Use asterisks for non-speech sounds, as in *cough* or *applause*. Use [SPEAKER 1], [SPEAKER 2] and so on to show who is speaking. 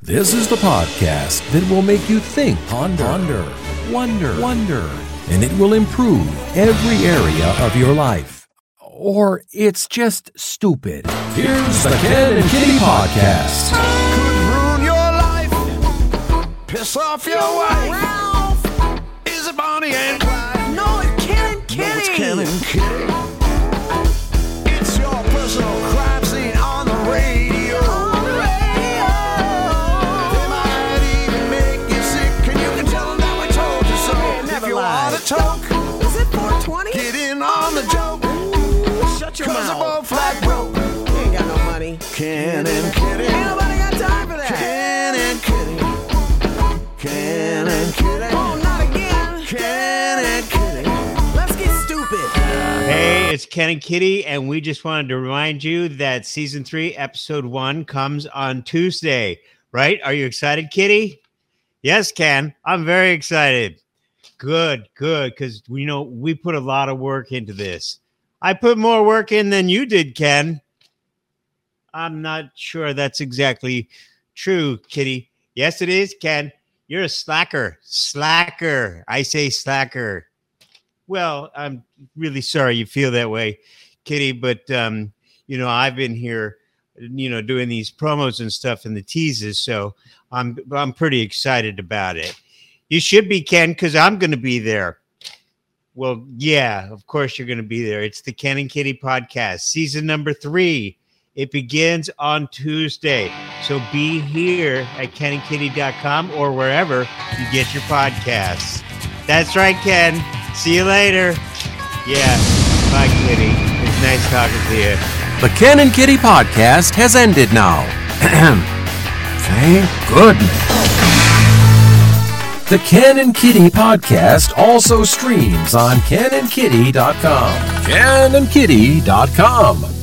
[SPEAKER 1] This is the podcast that will make you think, ponder, ponder, wonder, wonder, and it will improve every area of your life. Or it's just stupid. Here's the Ken and Kitty Podcast.
[SPEAKER 2] could ruin your life, piss off your wife.
[SPEAKER 3] Ralph!
[SPEAKER 2] Is it Bonnie and Clyde?
[SPEAKER 3] No, it's Ken and Kitty!
[SPEAKER 2] It's Ken and Kitty. It's your personal crime scene on the radio. They might even make you sick, and you can tell them that we told you so. If
[SPEAKER 3] never
[SPEAKER 2] you
[SPEAKER 3] lied.
[SPEAKER 2] wanna talk,
[SPEAKER 3] Is it 420?
[SPEAKER 2] get in on the joke.
[SPEAKER 3] Shut your
[SPEAKER 2] Cause
[SPEAKER 3] mouth.
[SPEAKER 2] they're both flat broke.
[SPEAKER 3] You ain't got no money.
[SPEAKER 2] Ken and Kitty.
[SPEAKER 3] Ain't nobody got time for that.
[SPEAKER 2] Ken and Kitty. Ken and Kitty.
[SPEAKER 3] Oh, not again.
[SPEAKER 2] Ken and Kitty.
[SPEAKER 3] Let's get stupid.
[SPEAKER 4] Hey, it's Ken and Kitty, and we just wanted to remind you that season three, episode one, comes on Tuesday, right? Are you excited, Kitty? Yes, Ken. I'm very excited. Good, good, because we know we put a lot of work into this. I put more work in than you did, Ken. I'm not sure that's exactly true, Kitty. Yes, it is, Ken. You're a slacker. Slacker. I say slacker. Well, I'm really sorry you feel that way, Kitty, but um, you know, I've been here, you know, doing these promos and stuff and the teases, so I'm I'm pretty excited about it. You should be Ken cuz I'm going to be there. Well, yeah, of course you're going to be there. It's the Ken and Kitty podcast, season number 3. It begins on Tuesday. So be here at kenandkitty.com or wherever you get your podcasts. That's right, Ken. See you later. Yeah. Bye, Kitty. It's nice talking to you.
[SPEAKER 1] The Ken and Kitty Podcast has ended now. Ahem. *clears throat* Thank goodness. The Ken and Kitty Podcast also streams on kenandkitty.com. Kenandkitty.com.